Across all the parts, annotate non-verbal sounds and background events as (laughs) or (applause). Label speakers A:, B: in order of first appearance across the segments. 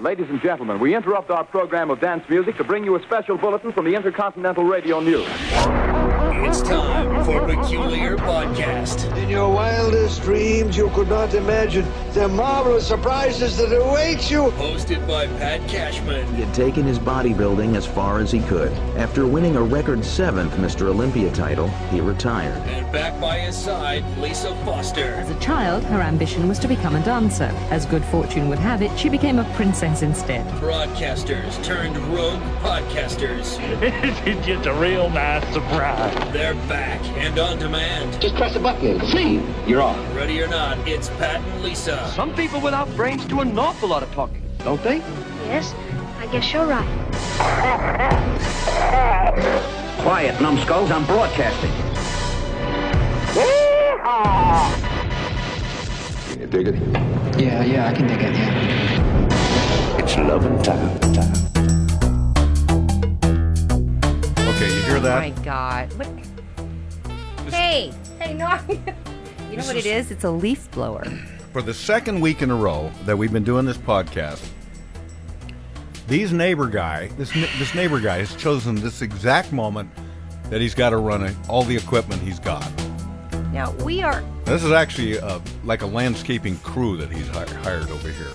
A: Ladies and gentlemen, we interrupt our program of dance music to bring you a special bulletin from the Intercontinental Radio News.
B: It's time for Peculiar Podcast.
C: In your wildest dreams, you could not imagine the marvelous surprises that await you.
B: Hosted by Pat Cashman.
D: He had taken his bodybuilding as far as he could. After winning a record seventh Mr. Olympia title, he retired.
B: And back by his side, Lisa Foster.
E: As a child, her ambition was to become a dancer. As good fortune would have it, she became a princess instead.
B: Broadcasters turned rogue podcasters.
F: (laughs) it's just a real nice surprise.
B: They're back and on demand.
G: Just press a button. See, you're on.
B: Ready or not, it's Pat and Lisa.
H: Some people without brains do an awful lot of talking, don't they?
I: Yes, I guess you're right.
G: Quiet, numbskulls. I'm broadcasting.
A: Can you dig it?
H: Yeah, yeah, I can dig it, yeah.
G: It's loving time.
J: Okay, you hear
E: Oh my
J: that?
E: God. What? Hey, hey, no. you know what it is? It's a leaf blower.
J: For the second week in a row that we've been doing this podcast, these neighbor guy, this ne- this neighbor guy has chosen this exact moment that he's got to run a, all the equipment he's got.
E: Now, we are
J: This is actually uh like a landscaping crew that he's hi- hired over here.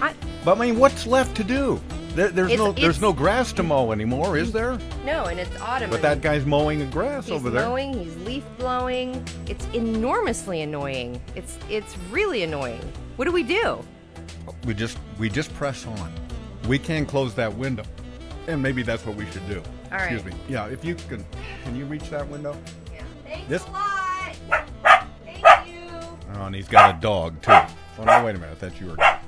E: I-
J: but I mean, what's left to do? There, there's
E: It's-
J: no
E: it's-
J: there's no grass to mow anymore, is there?
E: No, and it's autumn.
J: But
E: and
J: that guy's mowing the grass
E: he's
J: over there.
E: mowing, he's leaf blowing. It's enormously annoying. It's it's really annoying. What do we do?
J: We just we just press on. We can close that window, and maybe that's what we should do.
E: All right.
J: Excuse me. Yeah, if you can, can you reach that window?
E: Yeah. Thanks
J: This- a
E: lot. Thank you.
J: Oh, and he's got a dog too. Oh no, wait a minute, that's your. dog.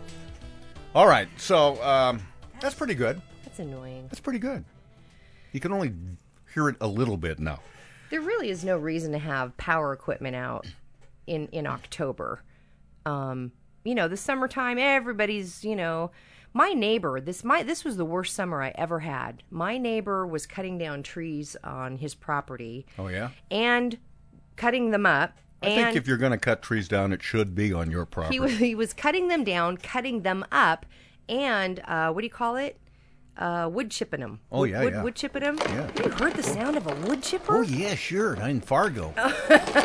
J: All right, so um, that's pretty good.
E: That's annoying.
J: That's pretty good. You can only hear it a little bit now.
E: There really is no reason to have power equipment out in in October. Um, you know, the summertime, everybody's, you know, my neighbor, this my this was the worst summer I ever had. My neighbor was cutting down trees on his property
J: Oh yeah.
E: and cutting them up.
J: I
E: and
J: think if you're going to cut trees down, it should be on your property.
E: he was he was cutting them down, cutting them up, and uh, what do you call it? Uh, wood chipping them.
J: Oh,
E: wood,
J: yeah,
E: wood,
J: yeah.
E: wood chipping them.
J: Yeah.
E: Have you heard the sound of a wood chipper?
J: oh yeah, sure. In Fargo.
E: (laughs)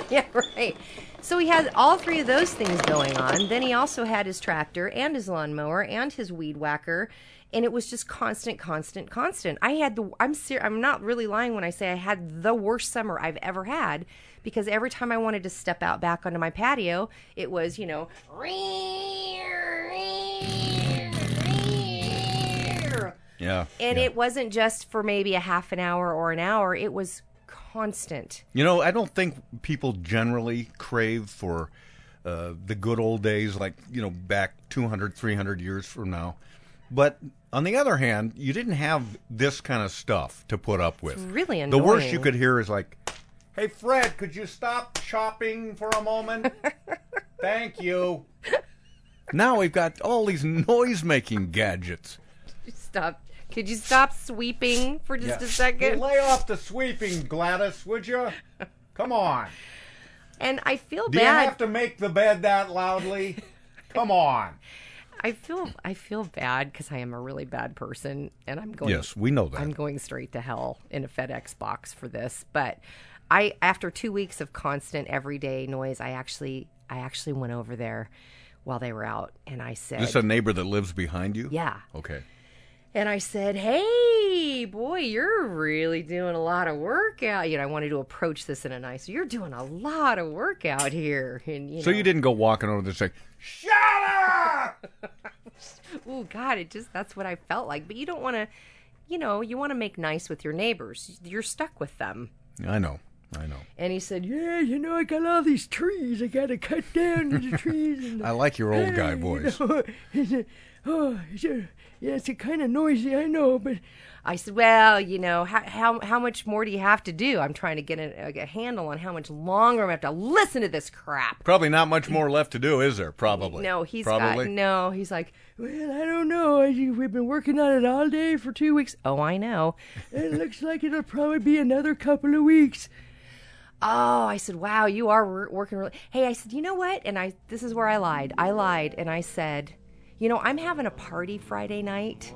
E: yeah, right. So he had all three of those things going on. Then he also had his tractor and his lawnmower and his weed whacker, and it was just constant, constant, constant. I had the I'm ser- I'm not really lying when I say I had the worst summer I've ever had because every time I wanted to step out back onto my patio, it was you know.
J: Yeah.
E: And
J: yeah.
E: it wasn't just for maybe a half an hour or an hour. It was constant.
J: You know, I don't think people generally crave for uh, the good old days, like, you know, back 200, 300 years from now. But on the other hand, you didn't have this kind of stuff to put up with.
E: really
J: The worst you
E: annoying.
J: could hear is like, hey, Fred, could you stop shopping for
E: (laughs)
J: a moment? Thank you. Now we've got all these noise making gadgets.
E: Stop. Could you stop sweeping for just a second?
J: Lay off the sweeping, Gladys, would you? Come on.
E: And I (laughs) feel
J: Do you
E: bad.
J: have to make the bed that loudly?
E: (laughs)
J: Come on.
E: I feel I feel bad because I am a really bad person, and I'm going.
J: Yes, we know that.
E: I'm going straight to hell in a FedEx box for this. But I, after two weeks of constant everyday noise, I actually I actually went over there while they were out, and I said,
J: Is this a neighbor that lives behind you?
E: "Yeah."
J: Okay.
E: And I said, Hey, boy, you're really doing a lot of work out. You know, I wanted to approach this in a nice you're doing a lot of work out here. And you
J: So
E: know,
J: you didn't go walking over there saying, Shut up!
E: (laughs) Oh God, it just that's what I felt like. But you don't wanna you know, you wanna make nice with your neighbors. You're stuck with them.
J: I know. I know.
E: And he said, Yeah, you know, I got all these trees. I gotta cut down these trees and
J: I like your
E: (laughs)
J: old guy voice.
E: oh, yeah, it's kind of noisy, I know, but I said, well, you know, how how, how much more do you have to do? I'm trying to get a, a handle on how much longer I'm gonna have to listen to this crap.
J: Probably not much more left to do, is there? Probably.
E: No, he's
J: Probably.
E: got no. He's like, well, I don't know. I- We've been working on it all day for two weeks. Oh, I know. it looks like it'll probably be another couple of weeks. oh, I said, wow, you are wor- working really. Hey, I said, you know what? And I, this is where I lied. I lied and I said, you know, I'm having a party Friday night.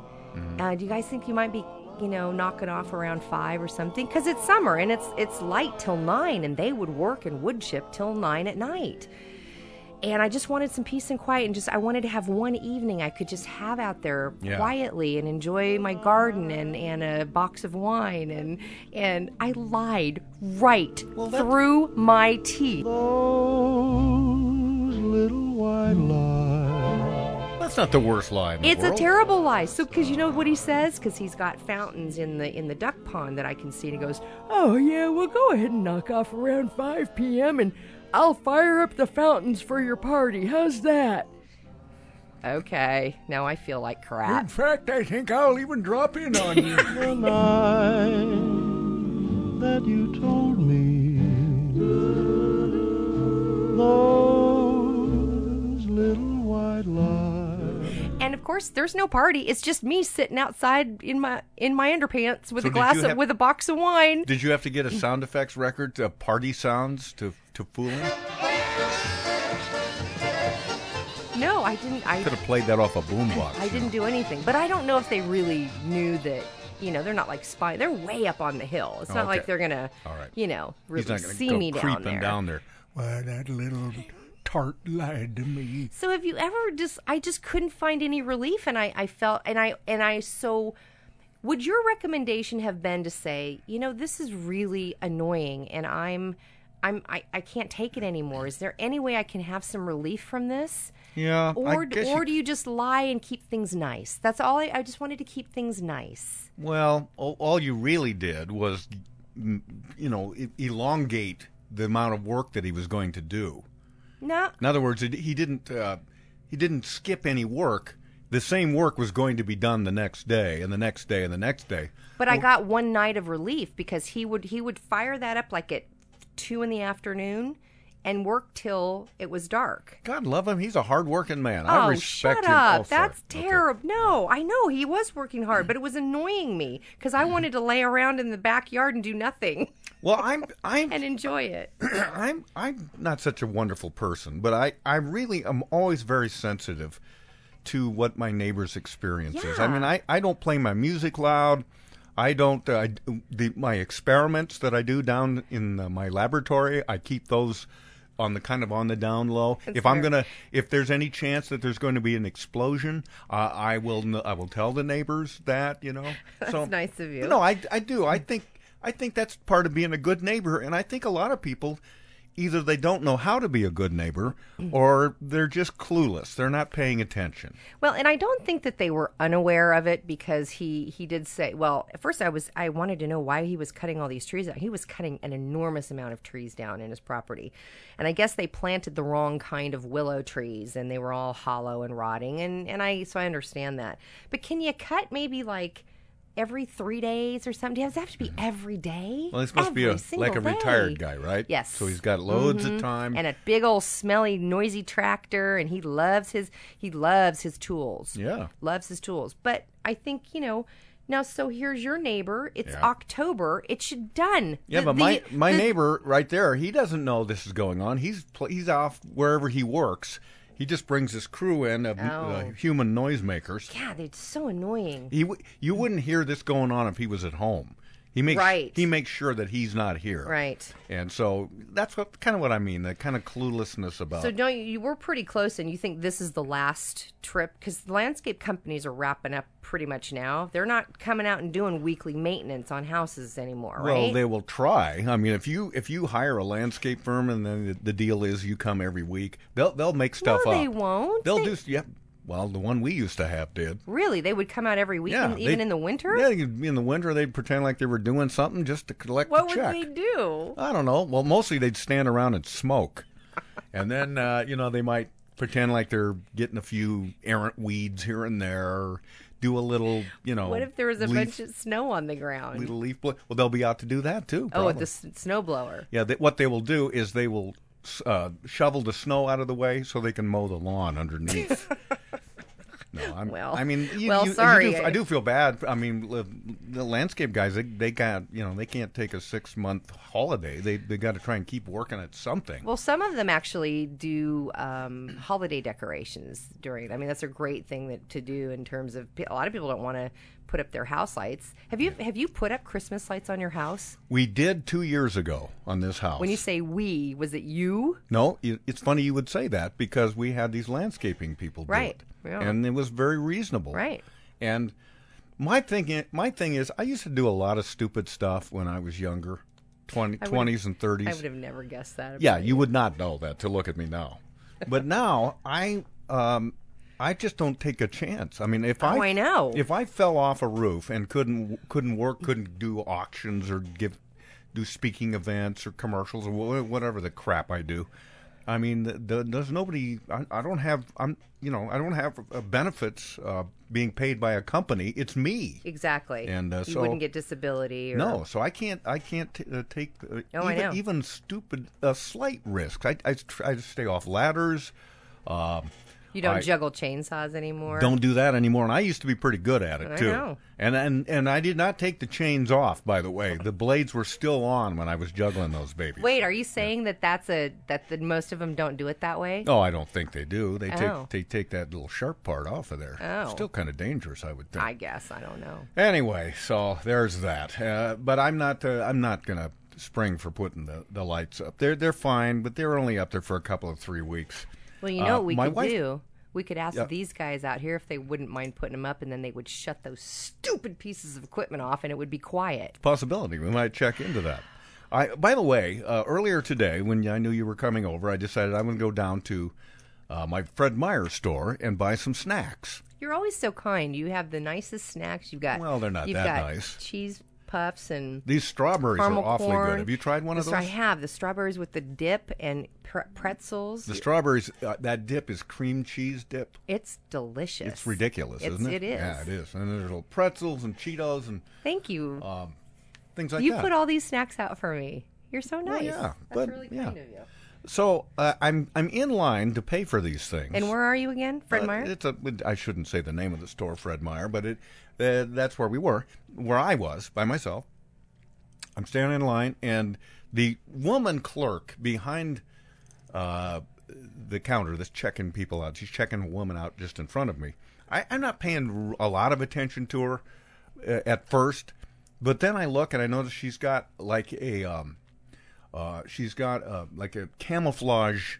E: Uh, do you guys think you might be, you know, knocking off around five or something? Because it's summer and it's it's light till nine, and they would work and wood chip till nine at night. And I just wanted some peace and quiet, and just I wanted to have one evening I could just have out there
K: Yeah.
E: quietly and enjoy my garden and, and a box of wine and and I lied right through my teeth.
J: That's not the worst lie. In the
E: It's a
J: world.
E: terrible lie. So, because you know what he says? Because he's got fountains in the in the duck pond that I can see, and he goes, "Oh yeah, we'll go ahead and knock off around 5 p.m. and I'll fire up the fountains for your party. How's that?" Okay, now I feel like crap.
J: In fact, I think I'll even drop in
E: (laughs)
J: on you.
E: The
L: that you told me those little white lies.
E: And of course, there's no party. It's just me sitting outside in my in my underpants with
J: So
E: a
J: did
E: glass
J: you
E: of,
J: have-
E: with a box of wine.
J: Did you have to get a sound effects record, uh, party sounds to to fool him?
E: No, I didn't. I
J: Could have played that off a boombox.
E: I didn't do anything, but I don't know if they really knew that. You know, they're not like spy. They're way up on the hill. It's not
J: Oh, Okay.
E: like they're gonna,
J: All right.
E: you know, really
J: He's not going to
E: see
J: go
E: me
J: creeping
E: down there.
L: Why, that little tart lied to me.
E: So have you ever just? I just couldn't find any relief, and I, I felt, and I, and I so. Would your recommendation have been to say, you know, this is really annoying, and I'm, I'm, I, I can't take it anymore. Is there any way I can have some relief from this?
J: Yeah.
E: Or,
J: Um, I guess
E: or
J: you-
E: do you just lie and keep things nice? That's all. I, I just wanted to keep things nice.
J: Well, all, all you really did was, mm, you know, e- elongate the amount of work that he was going to do.
E: No,
J: In other words, it- he didn't uh, he didn't skip any work. The same work was going to be done the next day, and the next day, and the next day.
E: But I got one night of relief because he would he would fire that up like at two in the afternoon and work till it was dark.
J: God love him. He's a hardworking man.
E: oh,
J: I respect
E: shut
J: him.
E: up!
J: also.
E: That's terrible. No, I know he was working hard, but it was annoying me because I wanted to lay around in the backyard and do nothing. (laughs)
J: Well, I'm I'm
E: and enjoy it.
J: (clears throat) I'm I'm not such a wonderful person, but I I really am always very sensitive to what my neighbors' experience is. I
M: Yeah.
J: mean, I I don't play my music loud. I don't. Uh, I, the, my experiments that I do down in uh my laboratory, I keep those on the kind of on the down low.
M: That's
J: if I'm
M: fair.
J: gonna, if there's any chance that there's going to be an explosion, uh, I will. kn- I will tell the neighbors that you
M: (laughs)
J: know.
E: That's
J: so,
E: nice of you. Hmm.
J: No, I I do. I think I think that's part of being a good neighbor, and I think a lot of people either they don't know how to be a good neighbor
E: Mm-hmm.
J: or they're just clueless. They're not paying attention.
E: Well, and I don't think that they were unaware of it because he he did say. Well, at first I was I wanted to know why he was cutting all these trees out. He was cutting an enormous amount of trees down in his property, and I guess they planted the wrong kind of willow trees, and they were all hollow and rotting. And and I so I understand that. But can you cut maybe like every three days or something? Does it have to be every day?
J: Well, he's supposed to be
E: Every
J: a,
E: single
J: like a
E: day.
J: retired guy, right?
E: Yes.
J: So he's got loads
E: Mhm.
J: of time.
E: and a big old smelly, noisy tractor, and he loves his he loves his tools.
J: Yeah.
E: loves his tools. But I think you know now. So here's your neighbor. It's
J: Yeah.
E: October. It should done.
J: yeah,
E: The-
J: but my
E: the-
J: my
E: the-
J: neighbor right there, he doesn't know this is going on. He's pl- he's off wherever he works. He just brings his crew in of
E: Oh.
J: uh, human noisemakers.
E: God, it's so annoying.
J: He w- you wouldn't hear this going on if he was at home. He makes
E: Right.
J: he makes sure that he's not here.
E: Right.
J: And so that's what kind of what I mean, the kind of cluelessness about.
E: So don't you? You were pretty close, and you think this is the last trip because landscape companies are wrapping up pretty much now. They're not coming out and doing weekly maintenance on houses anymore,
J: well,
E: right?
J: they will try. I mean, if you if you hire a landscape firm and then the, the deal is you come every week, they'll they'll make stuff
E: no,
J: up.
E: they won't.
J: They'll
E: They-
J: do. Yep. Well, the one we used to have did.
E: Really, they would come out every week,
J: Yeah,
E: even- even
J: they-
E: in the winter.
J: Yeah, you'd- in the winter they'd pretend like they were doing something just to collect
E: What would
J: the check.
E: they do?
J: I don't know. Well, mostly they'd stand around and smoke, and then uh, you know they might pretend like they're getting a few errant weeds here and there, or do a little you know.
E: What if there was a
J: leaf,
E: bunch of snow on the ground?
J: little leaf? Blo- well, they'll be out to do that too.
E: oh, with
J: probably.
E: the s- snow blower.
J: Yeah, they, what they will do is they will
E: (laughs)
J: uh, shovel the snow out of the way so they can mow the lawn underneath. no, No, I'm,
E: Well,
J: I mean, you,
E: well,
J: you- you
E: sorry,
J: do-
E: I-
J: I do feel bad. I mean, the, the landscape guys, they, they got you know they can't take a six month holiday. They they got to try and keep working at something.
E: Well, some of them actually do um, holiday decorations during. I mean, that's a great thing that, to do in terms of a lot of people don't want to put up their house lights. Have you have you put up Christmas lights on your house?
J: We did two years ago on this house.
E: When you say we, was it you?
J: no, it, it's funny you would say that because we had these landscaping people, do
E: Right,
J: it.
E: yeah.
J: and it was very reasonable,
E: Right.
J: And my thing, my thing is, I used to do a lot of stupid stuff when I was younger, 20,
E: I would've-
J: 20s and thirties.
E: I would have never guessed that.
J: Yeah, you would not know that to look at me now. But now I um I just don't take a chance. I mean, if I
E: Oh, I know.
J: if I fell off a roof and couldn't couldn't work, couldn't do auctions or give do speaking events or commercials or wha- whatever the crap I do. I mean, th th there's nobody. I, I don't have. I'm. You know, I don't have uh, benefits uh, being paid by a company. It's me.
E: Exactly.
J: And, uh,
E: you
J: so-
E: wouldn't get disability. Or,
J: No, so I can't. I can't t- uh, take uh,
E: Oh, I
J: even,
E: know.
J: even stupid, uh, slight risks. I I, tr- I stay off ladders. Um,
E: you don't
J: I
E: juggle chainsaws anymore.
J: Don't do that anymore. And I used to be pretty good at it
E: I
J: too.
E: know.
J: And and and I did not take the chains off. By the way, the blades were still on when I was juggling those babies.
E: Wait, are you saying that that's a that the, most of them don't do it that way?
J: Oh, I don't think they do. They
E: Oh.
J: take they take that little sharp part off of there.
E: Oh.
J: Still kind of dangerous, I would think.
E: I guess I don't know.
J: Anyway, so there's that. Uh, but I'm not. Uh, I'm not gonna spring for putting the, the lights up. They're they're fine, but they're only up there for a couple of three weeks.
E: Well, you
J: Uh,
E: know what we
J: my
E: could
J: wife-
E: do? We could ask
J: Yeah.
E: these guys out here if they wouldn't mind putting them up, and then they would shut those stupid pieces of equipment off, and it would be quiet.
J: Possibility. We might check into that. I. By the way, uh, earlier today, when I knew you were coming over, I decided I'm gonna go down to uh, my Fred Meyer store and buy some snacks.
E: You're always so kind. You have the nicest snacks. You've got
J: Well, they're not
E: you've
J: that
E: got
J: nice.
E: Cheese puffs and
J: These strawberries
E: caramel
J: are awfully
E: corn.
J: good. Have you tried one of
E: The
J: those?
E: stra- I have the strawberries with the dip and pre- pretzels.
J: The strawberries. Uh, that dip is cream cheese dip.
E: it's delicious.
J: It's ridiculous,
E: It's-
J: isn't it?
E: It is.
J: Yeah, it is. And there's little pretzels and Cheetos and
E: Thank you.
J: um, things like
E: you
J: that.
E: put all these snacks out for me. You're so
J: Well,
E: nice.
J: yeah,
E: That's
J: but-
E: really
J: yeah.
E: kind of you.
J: So uh, I'm I'm in line to pay for these things.
E: And where are you again, Fred
J: Uh,
E: Meyer?
J: It's a. I shouldn't say the name of the store, Fred Meyer, but it uh, that's where we were, where I was by myself. I'm standing in line, and the woman clerk behind uh, the counter that's checking people out. She's checking a woman out just in front of me. I, I'm not paying r- a lot of attention to her uh, at first, but then I look and I notice she's got like a um, uh, she's got uh, like a camouflage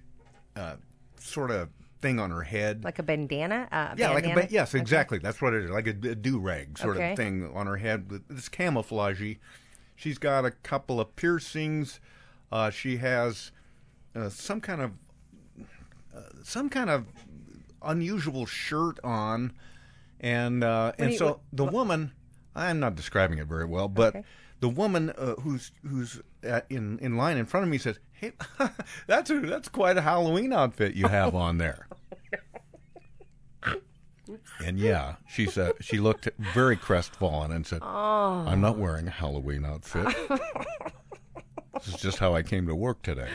J: uh, sort of thing on her head.
E: Like a bandana? Uh,
J: yeah, like a
E: bandana?
J: ba- yes,
E: Okay.
J: exactly. That's what it is, like a, do rag sort
E: Okay.
J: of thing on her head. with- It's camouflagey. She's got a couple of piercings. Uh, she has uh, some kind of uh, some kind of unusual shirt on, and uh, and
K: do you-
J: so
K: what-
J: the woman. I'm not describing it very well, but the woman uh, who's who's at, in in line in front of me says, "Hey, (laughs) that's a, that's quite a Halloween outfit you have
K: (laughs)
J: on there." And yeah, she said she looked very crestfallen and said,
E: Oh.
J: "I'm not wearing a Halloween
E: (laughs)
J: outfit. this is just how I came to work today."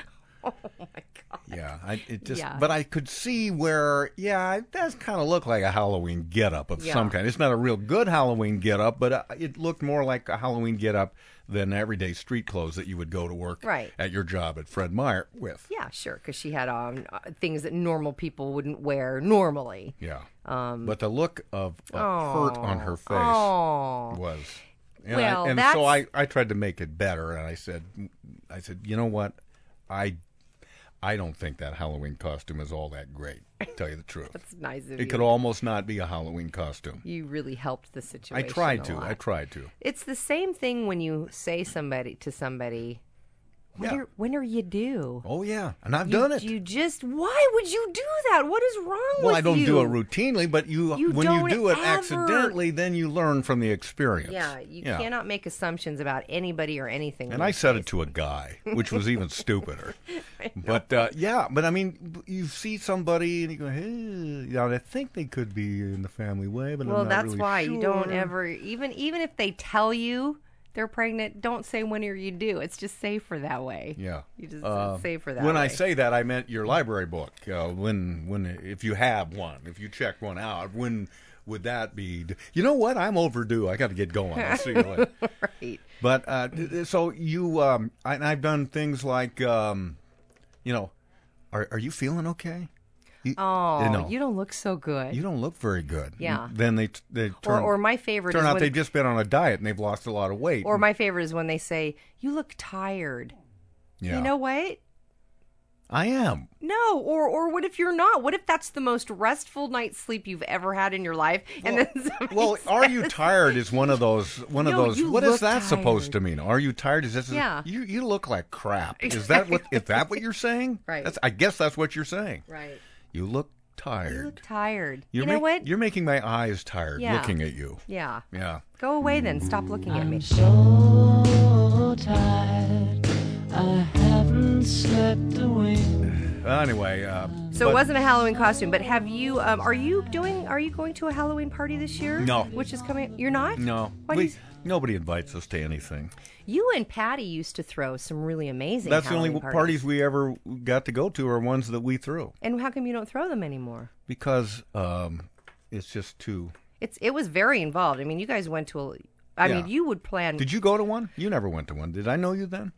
J: Oh my god! Yeah, I, it just
K: Yeah.
J: but I could see where yeah, it does kind of look like a Halloween getup of
K: Yeah.
J: some kind. It's not a real good Halloween getup, but uh, it looked more like a Halloween getup than everyday street clothes that you would go to work
E: Right.
J: at your job at Fred Meyer with.
E: Yeah, sure, because she had on uh, things that normal people wouldn't wear normally.
J: Yeah.
E: Um,
J: but the look of uh, hurt on her face
E: Aw.
J: was. And,
E: Well,
J: I, and
E: that's-
J: so I, I tried to make it better, and I said, I said, you know what, I, I don't think that Halloween costume is all that great. To
E: (laughs)
J: tell you the truth,
E: That's nice of
J: It
E: you.
J: could almost not be a Halloween costume.
E: You really helped the situation.
J: I tried
E: a
J: to. I
E: lot.
J: tried to.
E: It's the same thing when you say somebody to somebody. When,
J: Yeah.
E: are, when are you due?
J: Oh yeah, and I've
E: You-
J: done it.
E: You just why would you do that? What is wrong with you?
J: well, I don't do it routinely, but you,
E: You
J: when
E: don't
J: you do it
E: ever-
J: accidentally, then you learn from the experience.
E: Yeah, you cannot make assumptions about anybody or anything.
J: And I said it to a guy, which was even stupider.
E: (laughs)
J: But uh, yeah, but I mean, you see somebody and you go, hey, you know, I think they could be in the family way, but
E: well,
J: I'm not
E: that's
J: really
E: why you don't
J: sure."
E: ever even even if they tell you they're pregnant, don't say when or you do. It's just safer that way.
J: Yeah.
E: You just
J: Uh,
E: it's safer that
J: when
E: way.
J: I say that, I meant your library book. Uh, when, when, if you have one, if you check one out, when would that be? d- You know what? I'm overdue. I got to get going. I'll see you later.
E: (laughs) right.
J: But uh, d- d- so you, um, I, and I've done things like, um, you know, are are you feeling okay? You-
E: Oh,
J: you know,
E: you don't look so good.
J: you don't look very good.
E: Yeah.
J: Then they t- they turn
E: or my favorite
J: turn
E: is
J: out
E: when-
J: they've just been on a diet and they've lost a lot of weight.
E: Or my favorite is when they say, "You look tired."
J: yeah.
E: You know what?
J: I am.
E: No, or or what if you're not? What if that's the most restful night's sleep you've ever had in your life? And then (laughs) somebody
J: Well, are you tired? Is one of those one
E: No,
J: of those.
E: you
J: What is
E: look
J: that supposed
E: tired.
J: to mean? Are you tired? Is this?
E: Yeah.
J: You you look
E: (laughs)
J: like crap. Is that what? Is that what you're saying?
E: Right.
J: That's, I guess that's what you're saying.
E: right,
J: You look
E: you
J: tired.
E: look tired.
J: You're
E: you know
J: make-
E: what?
J: You're making my eyes tired
E: Yeah.
J: looking at you.
E: Yeah.
J: Yeah.
E: Go away then. Stop looking at me.
K: So tired, I haven't slept a wink.
J: Anyway. Uh,
E: So
J: but-
E: it wasn't a Halloween costume, but have you? Um, are you doing? Are you going to a Halloween party this year?
J: No.
E: Which is coming? You're not?
J: No.
E: Why do
J: we-
E: you, s-
J: nobody invites us to anything.
E: you and Patty used to throw some really amazing.
J: That's
E: Halloween
J: the only parties we ever got to go to are ones that we threw
E: And how come you don't throw them anymore?
J: because um, it's just too.
E: It's it was very involved. I mean, you guys went to a. I mean,
J: Yeah.
E: you would plan.
J: Did you go to one? You never went to one. Did I know you then?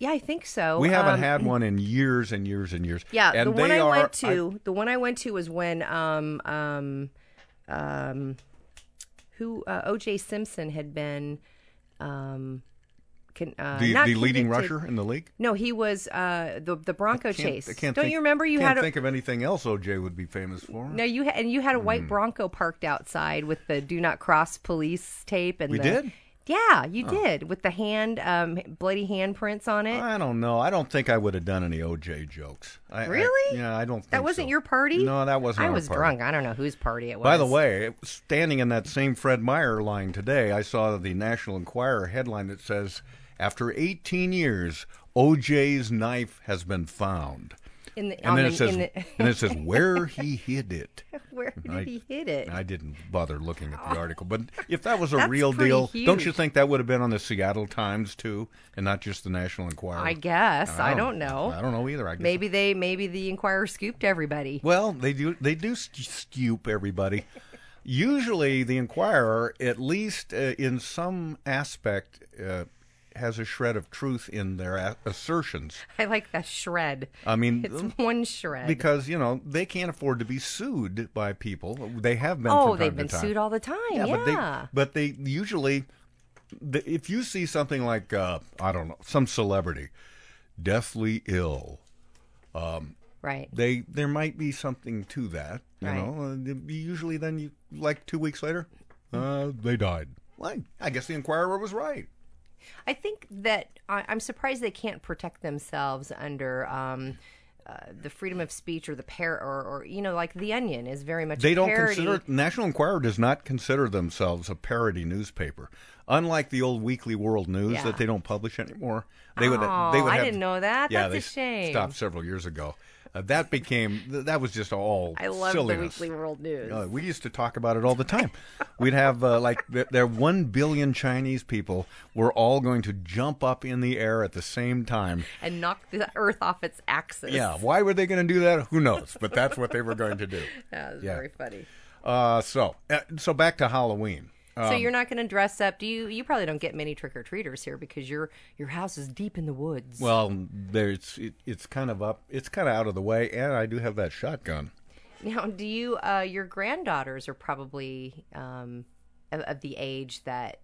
E: Yeah, I think so.
J: we haven't
E: Um,
J: had one in years and years and years.
E: Yeah,
J: and
E: the one
J: they
E: I
J: are-
E: went to, the one I went to was when um um um who uh, O.J. Simpson had been um con, uh,
J: the,
E: not
J: the leading
E: convicted-
J: rusher in the league.
E: No, he was uh the the Bronco
J: Can't-
E: chase.
J: I can't
E: Don't
J: think-
E: you remember you
J: can't
E: had a
J: think of anything else OJ would be famous for.
E: no, you ha- and you had a
J: Hmm.
E: white Bronco parked outside with the "Do Not Cross" police tape, and
J: We
E: the-
J: did?
E: Yeah, you
J: Oh.
E: did with the hand, um, bloody handprints on it.
J: I don't know. I don't think I would have done any OJ jokes. I, I-
E: Really?
J: yeah, I don't. Think
E: that wasn't
J: so.
E: your party.
J: No, that wasn't
E: I
J: our
E: was
J: party.
E: drunk. I don't know whose party it was.
J: By the way, standing in that same Fred Meyer line today, I saw the National Enquirer headline that says, "After 18 years, OJ's knife has been found,"
E: in the,
J: and
E: on
J: then
E: the,
J: it says,
E: in the, (laughs)
J: "and it says where he hid it." (laughs)
E: where did
J: I-
E: he hit it? Oh.
J: I didn't bother looking at the article,
E: (laughs)
J: but if that was a
E: That's
J: real
E: pretty
J: deal, don't
E: huge.
J: you think that would have been on the Seattle Times too, and not just the National Enquirer?
E: I guess. I don't know.
J: I don't know either. I guess.
E: Maybe they maybe the Inquirer scooped everybody. (laughs)
J: Well, they do. They do sk- scoop everybody. Usually, the Inquirer, at least uh, in some aspect, uh, has a shred of truth in their a- assertions.
E: I like that shred.
J: I mean,
E: it's one shred.
J: because you know they can't afford to be sued by people. They have been.
E: oh,
J: from time
E: they've
J: to
E: been
J: time.
E: sued all the time. Yeah,
J: But, they, but they usually, the, if you see something like uh, I don't know, some celebrity, deathly ill, um,
E: right?
J: They there might be something to that, you
E: Right.
J: know. And you- usually, then you like two weeks later, uh, they died. Well, I guess the Inquirer was right.
E: I think that I, I'm surprised they can't protect themselves under. Um, uh, the freedom of speech or the pair or, or you know like the onion is very much
J: They
E: a
J: don't
E: parody.
J: consider National Enquirer does not consider themselves a parody newspaper, unlike the old Weekly World News
E: Yeah.
J: that they don't publish anymore. They would
E: Oh,
J: they would
E: I
J: have-
E: didn't know that.
J: Yeah,
E: That's
J: they
E: a
J: s-
E: shame.
J: Stopped several years ago. Uh, that became th- that was just all.
E: I love the
J: silliness.
E: Weekly World News.
J: Uh, we used to talk about it all the time. We'd have uh, like th- there one billion Chinese people were all going to jump up in the air at the same time.
E: and knock the earth off its axis.
J: Yeah, why were they going to do that? Who knows? But that's what they were going to do.
E: (laughs) Yeah, it's
J: Yeah.
E: very funny.
J: Uh, so uh, so back to Halloween.
E: so
J: Um,
E: you're not going to dress up? Do you? You probably don't get many trick or treaters here because your your house is deep in the woods.
J: Well, there's it, it's kind of up, it's kind of out of the way, and I do have that shotgun.
E: (laughs) Now, do you? Uh, your granddaughters are probably um, of, of the age that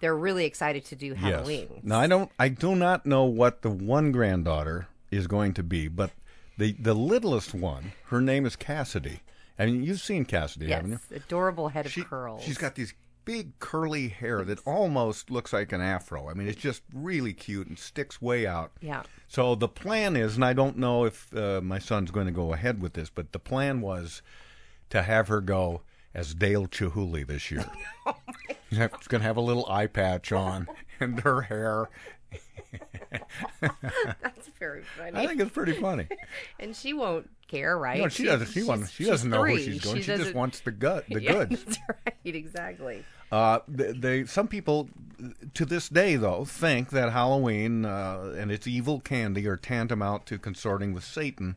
E: they're really excited to do Halloween.
J: Yes. Now I don't, I do not know what the one granddaughter is going to be, but the the littlest one, her name is Cassidy. I mean, you've seen Cassidy,
E: Yes,
J: haven't you?
E: adorable head of curls.
J: She's got these big curly hair that almost looks like an afro. I mean, it's just really cute and sticks way out.
E: Yeah.
J: So the plan is, and I don't know if uh, my son's going to go ahead with this, but the plan was to have her go as Dale Chihuly
E: (laughs)
J: this year.
E: Oh
J: She's going to have a little eye patch on and her hair.
E: That's very funny.
J: I think it's pretty funny.
E: and she won't care, right?
J: No, she doesn't. She, wants, she
E: she's
J: doesn't know where
E: three.
J: she's going.
E: She
J: She, just
E: doesn't- (laughs)
J: wants the gut, the
E: Yeah,
J: goods.
E: That's right. Exactly.
J: Uh, they, they some people to this day though think that Halloween uh, and its evil candy are tantamount to consorting with Satan,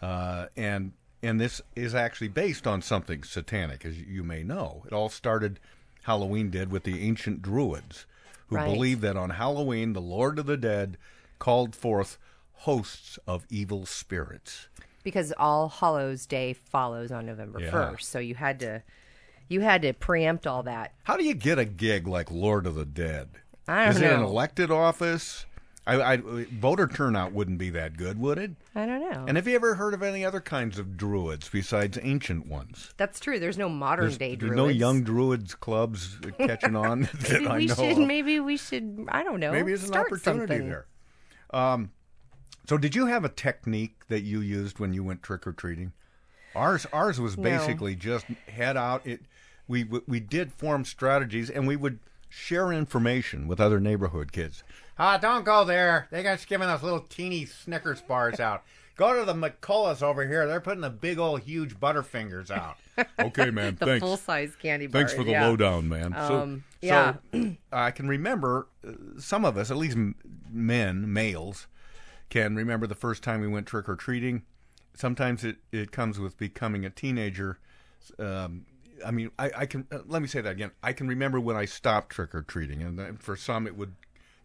J: uh, and and this is actually based on something satanic, as you may know. It all started Halloween did with the ancient Druids, who
E: Right.
J: believed that on Halloween the Lord of the Dead called forth hosts of evil spirits.
E: Because All Hallows Day follows on November
J: Yeah.
E: 1st. So you had to you had to preempt all that.
J: How do you get a gig like Lord of the Dead?
E: I don't
J: Is it an
E: know.
J: elected office? I, I, voter turnout wouldn't be that good, would it?
E: I don't know.
J: And have you ever heard of any other kinds of druids besides ancient ones?
E: That's true. There's no modern
J: There's,
E: day
J: there's
E: druids.
J: no young druids clubs
E: (laughs)
J: catching on that
E: Maybe
J: I
E: we
J: know
E: should.
J: of.
E: Maybe we should. I don't know.
J: Maybe it's an
E: start
J: opportunity
E: something.
J: there. Um, so, did you have a technique that you used when you went trick or treating? Ours, ours was
E: No.
J: basically just head out. It, we we did form strategies, and we would share information with other neighborhood kids. Ah, don't go there. They got giving us little teeny Snickers bars out. Go to the McCulloughs over here. They're putting the big old huge Butterfingers out.
E: (laughs)
J: okay, man.
E: The
J: thanks.
E: full size candy bar.
J: Thanks for the lowdown, man. So-
E: Um,
J: so,
E: yeah.
J: (clears throat) I can remember uh, some of us, at least m- men, males, can remember the first time we went trick or treating. Sometimes it, it comes with becoming a teenager. Um, I mean, I, I can uh, let me say that again. I can remember when I stopped trick or treating, and then for some it would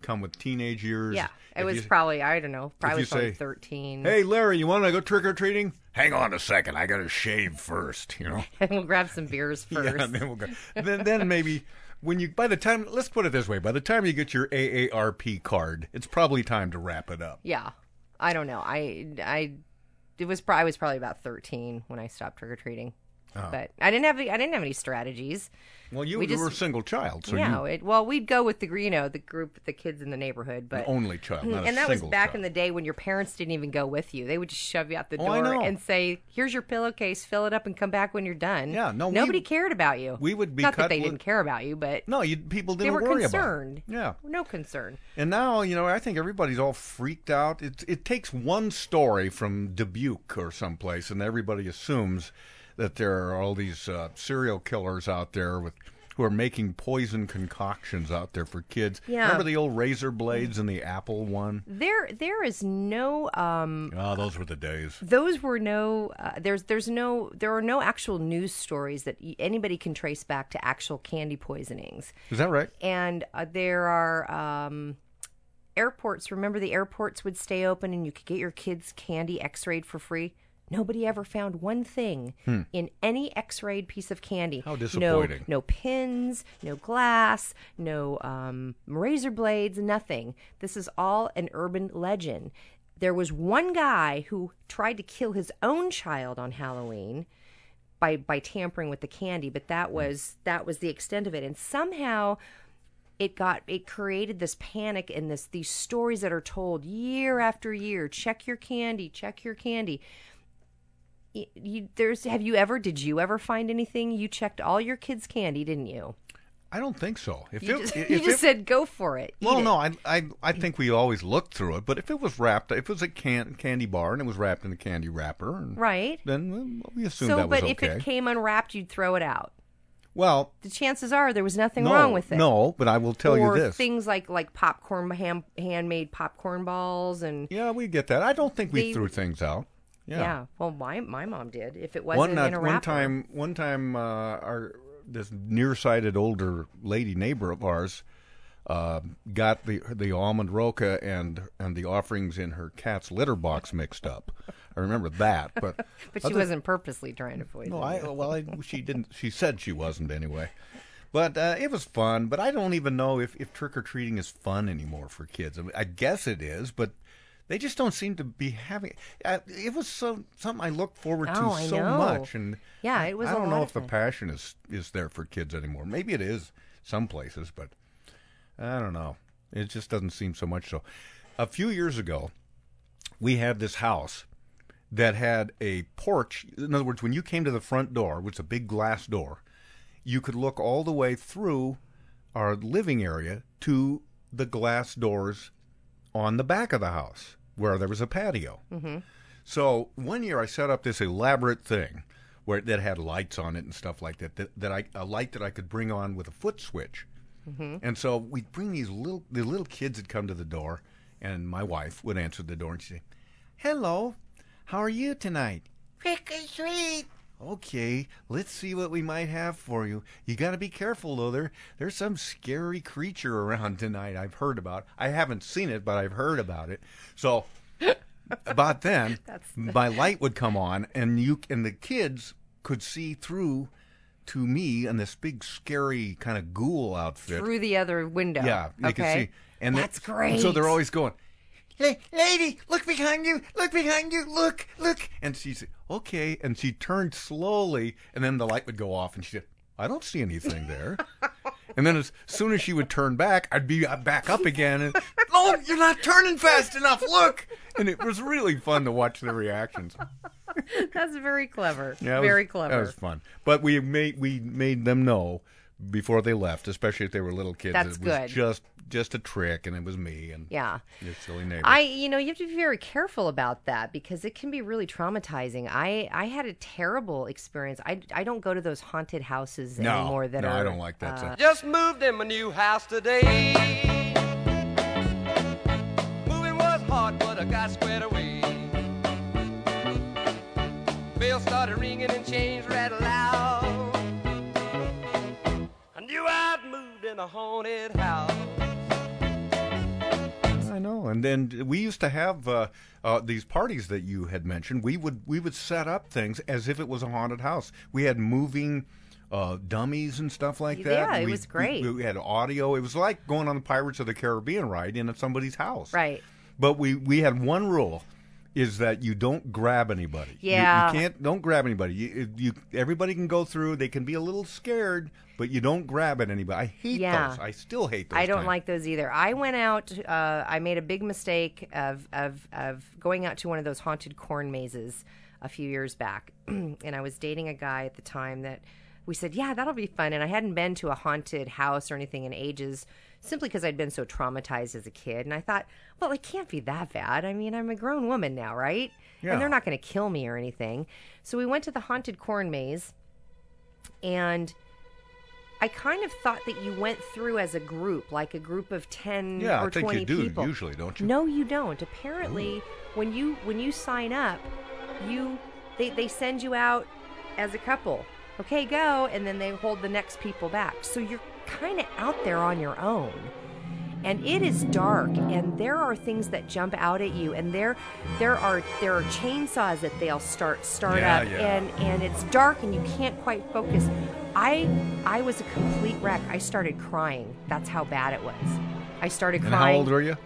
J: come with teenage years.
E: Yeah. It
J: If
E: was
J: you-
E: probably, I don't know,
J: if
E: probably
J: you say,
E: from 13.
J: Hey, Larry, you want to go trick or treating? Hang on a second, I got to shave first. You know.
E: and (laughs) we'll grab some beers first.
J: (laughs) Yeah, and
E: (laughs)
J: then we'll go. Then, then maybe when you by the time let's put it this way, by the time you get your AARP card, it's probably time to wrap it up.
E: Yeah, I don't know. I I it was pro- I was probably about thirteen when I stopped trick or treating,
J: Oh.
E: but I didn't have any- I didn't have any strategies.
J: Well, you,
E: We
J: you
E: just-
J: were a single child, so
E: yeah,
J: you
E: it, well, we'd go with the gr- you know the group, the kids in the neighborhood, but
J: An only child, not a
E: Hmm, and that was
J: single
E: back
J: child.
E: in the day when your parents didn't even go with you; they would just shove you out the
J: Oh, I
E: door
J: know.
E: and say, "Here's your pillowcase, fill it up, and come back when you're done." Yeah,
J: no, we-
E: nobody cared about you.
J: we would be
E: not
J: cut
E: that they
J: with-
E: didn't care about you, but
J: no, you, people
E: they
J: didn't
E: were
J: worry
E: concerned.
J: about. It. Yeah.
E: no concern.
J: And now, you know, I think everybody's all freaked out. It, it takes one story from Dubuque or someplace, and everybody assumes that there are all these uh, serial killers out there with who are making poison concoctions out there for kids.
E: Yeah. Mm-hmm.
J: Remember the old razor blades and the apple one?
E: There, there is no um,
J: Oh, those were the days.
E: those were no uh, there's there's no there are no actual news stories that y- anybody can trace back to actual candy poisonings
J: Is that right?
E: and uh, there are um airports remember the airports would stay open and you could get your kids candy x-rayed for free nobody ever found one thing
K: Hmm.
E: in any x-rayed piece of candy
K: How
E: No-
K: disappointing.
E: no, pins no glass no um, razor blades nothing this is all an urban legend there was one guy who tried to kill his own child on halloween by by tampering with the candy but that
K: Hmm.
E: was that was the extent of it and somehow it got it created this panic and this these stories that are told year after year check your candy check your candy Y- you, there's have you ever did you ever find anything you checked all your kids candy didn't you
J: I don't think so. If
E: you
J: it-
E: just, (laughs)
J: if
E: you
J: it-
E: just said go for it
J: Well,
E: eat it."
J: no, I, I I think we always looked through it, but if it was wrapped, if it was a can, candy bar and it was wrapped in a candy wrapper, and
E: right
J: then well, we assumed
E: so
J: that was
E: but if
J: okay.
E: it came unwrapped you'd throw it out
J: well,
E: the chances are there was nothing
J: no,
E: wrong with it
J: No, but I will tell
E: or
J: you this.
E: things like like popcorn ham, handmade popcorn balls and
J: yeah, we get that. I don't think we
E: They-
J: threw things out.
E: yeah,
J: Yeah.
E: well my my mom did if it wasn't
J: One night-
E: in a
J: one
E: wrapper
J: time, one time, uh, our this nearsighted older lady neighbor of ours uh, got the the almond roca and and the offerings in her cat's litter box mixed up. I remember that, but
E: (laughs) but she
J: other-
E: wasn't purposely trying to poison
J: No, I
E: you.
J: well, I, she didn't. She said she wasn't anyway. But uh, it was fun. But I don't even know if, if trick or treating is fun anymore for kids. I, mean, I guess it is, but they just don't seem to be having. Uh, it was so something I looked forward to
E: Oh, I
J: so
E: know.
J: much, and
E: Yeah, it was
J: I
E: a
J: don't
E: lot
J: know
E: of
J: if the
E: fun.
J: passion is is there for kids anymore. Maybe it is some places, but I don't know. It just doesn't seem so much so. A few years ago, we had this house that had a porch. In other words, when you came to the front door, which is a big glass door, you could look all the way through our living area to the glass doors on the back of the house where there was a patio.
E: Mm-hmm.
J: So one year I set up this elaborate thing where that had lights on it and stuff like that. That, that I a light that I could bring on with a foot switch.
E: Mm-hmm.
J: And so we'd bring these little the little kids would come to the door, and my wife would answer the door and she'd say, "Hello, how are you tonight?" Trick or treat. Okay, let's see what we might have for you. You got to be careful though. There, there's some scary creature around (laughs) tonight. I've heard about. I haven't seen it, but I've heard about it. So, about then, my light would come on, and you and the kids could see through to me and this big scary kind of ghoul outfit.
E: Through the other window.
J: Yeah, they
E: okay.
J: could see. And
E: that's
J: that-
E: great.
J: So they're always going.
M: La- lady, look behind you! Look behind you! Look! Look!
J: And she said, okay. And she turned slowly, and then the light would go off, and she said, I don't see
M: (laughs)
J: anything there. and then as soon as she would turn back, I'd be uh, back up again. And,
M: (laughs) No, you're not turning fast enough. Look.
J: and it was really fun to watch their reactions.
E: (laughs) That's very clever.
J: Yeah, it was-
E: very clever.
J: That was fun. But we made, we made them know before they left, especially if they were little kids,
E: That's
J: it was
E: good.
J: just just a trick, and it was me and
E: Yeah.
J: your silly neighbor.
E: I, you know, you have to be very careful about that because it can be really traumatizing. I, I had a terrible experience. I, I don't go to those haunted houses
J: No,
E: anymore. That
J: no, I
E: are,
J: don't like that
E: uh,
M: Just moved in my new house today. Moving was hard, but I got squared away. Bells started ringing and chains rattled loud. I knew I'd moved in a haunted house.
J: I know. And then we used to have uh, uh, these parties that you had mentioned. We would we would set up things as if it was a haunted house. We had moving uh, dummies and stuff like that.
E: Yeah, it
J: We-
E: was great.
J: We, we had audio. It was like going on the Pirates of the Caribbean ride in at somebody's house.
E: Right.
J: But we we had one rule. Is that you don't grab anybody? You-
E: Yeah.
J: you, can't. Don't grab anybody. You, you, everybody can go through. They can be a little scared, but you don't grab at anybody. I hate
E: Yeah.
J: those. I still hate those.
E: I don't
J: kinds.
E: like those either. I went out. Uh, I made a big mistake of, of of going out to one of those haunted corn mazes a few years back, (clears throat) and I was dating a guy at the time that we said, "Yeah, that'll be fun." And I hadn't been to a haunted house or anything in ages, simply because I'd been so traumatized as a kid. And I thought, "Well, it can't be that bad. I mean, I'm a grown woman now, right?
N: Yeah.
E: And they're not going to kill me or anything." So we went to the haunted corn maze, and I kind of thought that you went through as a group, like a group of ten
J: Yeah,
E: or
J: I think
E: twenty
J: you do
E: people.
J: usually, don't you?
E: No, you don't. Apparently, when you when you sign up, you they they send you out as a couple. Okay, go, and then they hold the next people back. So you're kind of out there on your own. And it is dark, and there are things that jump out at you, and there, there are there are chainsaws that they'll start start
N: Yeah,
E: up,
N: yeah.
E: and and it's dark, and you can't quite focus. I I was a complete wreck. I started crying. That's how bad it was. I started
J: And
E: crying.
J: how old were you?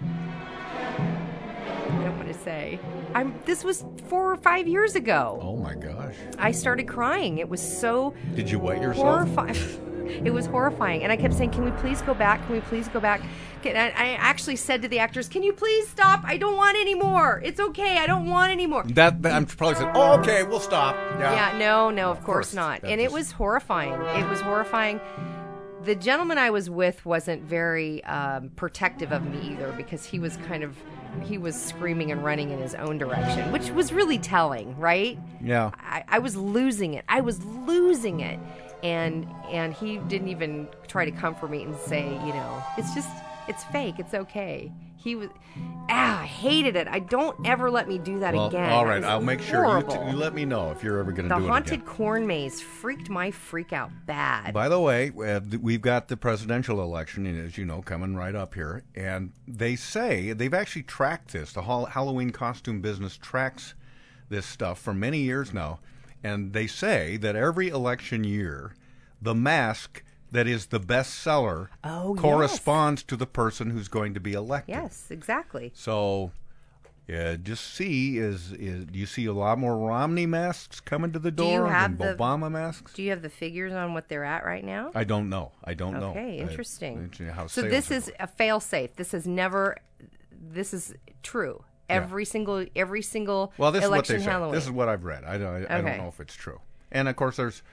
E: I don't want to say. I'm. This was four or five years ago.
J: Oh my gosh.
E: I started crying. It was so
J: Did you wet yourself?
E: horrifying. (laughs) it was horrifying, and I kept saying, "Can we please go back? Can we please go back?" Can, I, I actually said to the actors, "Can you please stop? I don't want any more. It's okay. I don't want any more."
J: That, that I'm probably saying. Oh, okay, we'll stop. Yeah.
E: Yeah, no, no, of, course,
J: course.
E: not.
J: That
E: and it
J: just-
E: was horrifying. It was horrifying. The gentleman I was with wasn't very um, protective of me either because he was kind of he was screaming and running in his own direction, which was really telling, right?
J: Yeah.
E: I, I was losing it. I was losing it. And and he didn't even try to comfort me and say, you know, it's just it's fake. It's okay. He was ah, I hated it. I don't ever let me do that
J: Well,
E: again.
J: all
E: That
J: right,
E: was
J: I'll make sure you,
E: horrible.
J: t- you let me know if you're ever going to
E: The
J: do it
E: haunted
J: again.
E: corn maze freaked my freak out bad.
J: By the way, uh, th- we've got the presidential election, and as you know, coming right up here. And they say they've actually tracked this. The hol- Halloween costume business tracks this stuff for many years now, and they say that every election year, the mask that is the best seller
E: Oh, yes.
J: corresponds to the person who's going to be elected.
E: Yes, exactly.
J: So, yeah, just see is is do you see a lot more Romney masks coming to the
E: Do you
J: door
E: have
J: and
E: the
J: Obama masks?
E: Do you have the figures on what they're at right now?
J: I don't know. I don't know.
E: Okay,
J: I-
E: interesting.
J: interesting how
E: so
J: sales
E: this
J: are
E: is a fail safe. This has never. This is true.
J: Yeah.
E: Every single every single
J: Well, this is what
E: election
J: they say.
E: Halloween.
J: This is what I've read. I don't, I, I
E: Okay.
J: don't know if it's true. And of course, there's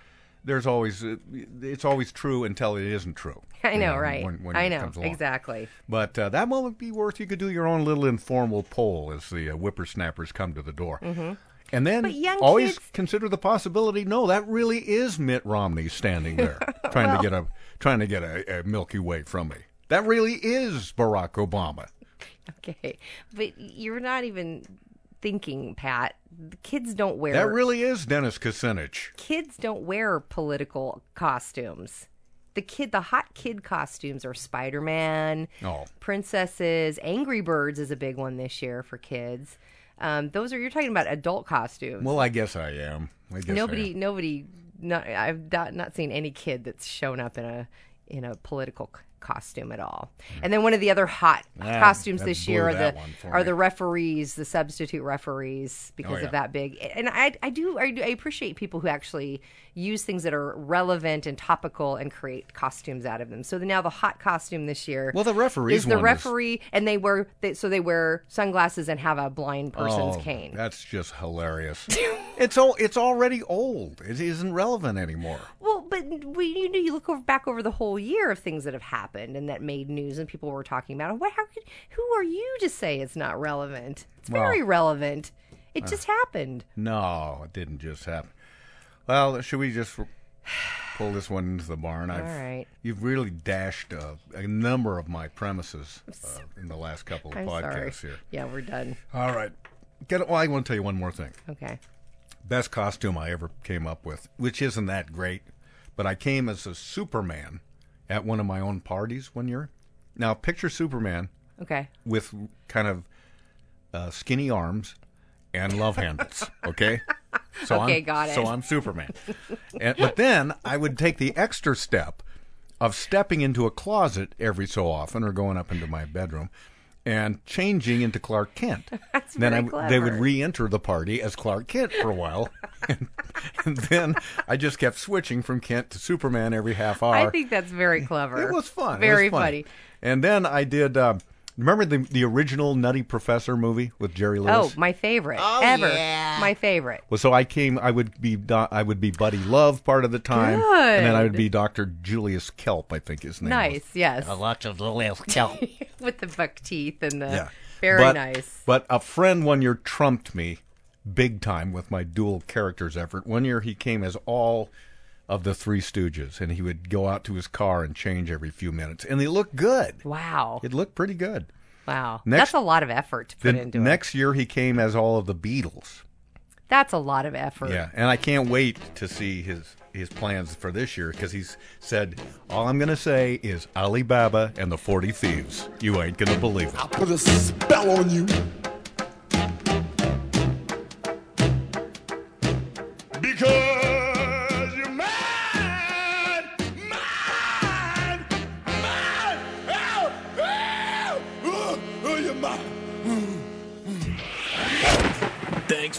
J: there's always uh, it's always true until it isn't true.
E: (laughs) (laughs) I
J: you
E: know, right?
J: when- when
E: I
J: it
E: know
J: comes along.
E: exactly.
J: But uh, that one would be worth. You could do your own little informal poll as the uh, whippersnappers come to the door.
E: Mhm.
J: And then
E: But young
J: always
E: kids-
J: consider the possibility. No, that really is Mitt Romney
E: (laughs)
J: standing there trying
E: Well-
J: to get a trying to get a, a Milky Way from me. That really is Barack Obama.
E: Okay, but you're not even thinking, Pat. The kids don't wear
J: That really is Dennis Kucinich.
E: kids don't wear political costumes. The kid, the hot kid costumes are Spider Man,
J: Oh,
E: princesses, Angry Birds is a big one this year for kids. Um, those are you're talking about adult costumes.
J: well, I guess I am. I guess I
E: nobody,
J: am.
E: nobody, not, I've not, not seen any kid that's shown up in a in a political c- costume at all. And then one of the other hot
K: Ah,
E: costumes
K: that
E: this
K: blew
E: year are
K: that
E: the
K: one for
E: are
K: me. Oh,
E: the referees, the substitute referees, because
K: yeah.
E: of that big. And I I do I, do, I appreciate people who actually use things that are relevant and topical and create costumes out of them. So the, now the hot costume this year.
J: Well, the referees
E: is the
J: one is-
E: referee, and they wear they, so they wear sunglasses and have a blind person's
J: Oh,
E: cane.
J: That's just
E: (laughs)
J: hilarious. it's all it's already old. It isn't relevant anymore.
E: Well, but we, you know, you look over, back over the whole year of things that have happened and that made news and people were talking about it. What? How could? Who are you to say it's not relevant? It's
J: Well,
E: very relevant. It
J: uh,
E: just happened.
J: No, it didn't just happen. Well, should we just r- pull this one into the barn?
E: All right.
J: You've really dashed uh, a number of my premises uh, in the last couple of
E: I'm sorry.
J: podcasts here.
E: Yeah, we're done.
J: All right. Get, well, I want to tell you one more thing.
E: Okay.
J: Best costume I ever came up with, which isn't that great, but I came as a Superman at one of my own parties one year. Now, picture Superman
E: Okay.
J: with kind of uh, skinny arms and
E: (laughs)
J: love handles. Okay.
E: Okay,
J: I'm,
E: got it.
J: So I'm Superman. and, but then I would take the extra step of stepping into a closet every so often, or going up into my bedroom, and changing into Clark Kent.
E: (laughs) That's
J: then I
E: very
J: w- they would
E: clever.
J: re-enter the party as Clark Kent for a while, (laughs) and, and then I just kept switching from Kent to Superman every half hour.
E: I think that's very clever.
J: It was fun. It was
E: Very
J: fun.
E: funny.
J: And then I did. Uh, remember the the original Nutty Professor movie with Jerry
E: Oh,
J: Lewis?
E: my favorite ever. My favorite.
J: Well, so I came. I would be. Do- I would be Buddy Love part of the time, and then I would
E: Good.
J: be Doctor Julius Kelp. I think his name. was.
E: Nice, yes. A
J: lot of Julius Kelp.
E: (laughs) With the buck teeth and the
J: Yeah.
E: very
J: But-
E: nice.
J: But a friend one year trumped me big time with my dual characters effort. One year he came as all of the Three Stooges, and he would go out to his car and change every few minutes, and they looked good.
E: Wow.
J: It looked pretty good.
E: Wow.
J: Next-
E: that's a lot of effort to put
J: Then
E: into it.
J: next year he came as all of the Beatles.
E: That's a lot of effort.
J: Yeah, and I can't wait to see his his plans for this year because he's said all I'm gonna say is Alibaba and the Forty Thieves. You ain't gonna believe it.
N: Put a spell on you. Because you're mine, mine, mine. Ow, ow, oh, oh, you're mine.
B: Thanks